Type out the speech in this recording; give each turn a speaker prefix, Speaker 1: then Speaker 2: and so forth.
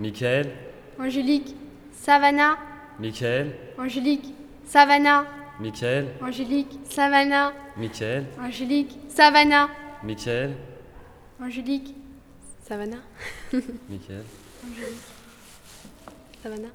Speaker 1: Michael,
Speaker 2: Angélique, Savannah,
Speaker 1: Michael,
Speaker 2: Angélique, Savannah,
Speaker 1: Michael,
Speaker 2: Angélique, Savannah,
Speaker 1: Michael,
Speaker 2: Angélique, Savannah,
Speaker 1: Michael,
Speaker 2: Angélique, Savannah,
Speaker 1: Michael.
Speaker 2: Savannah.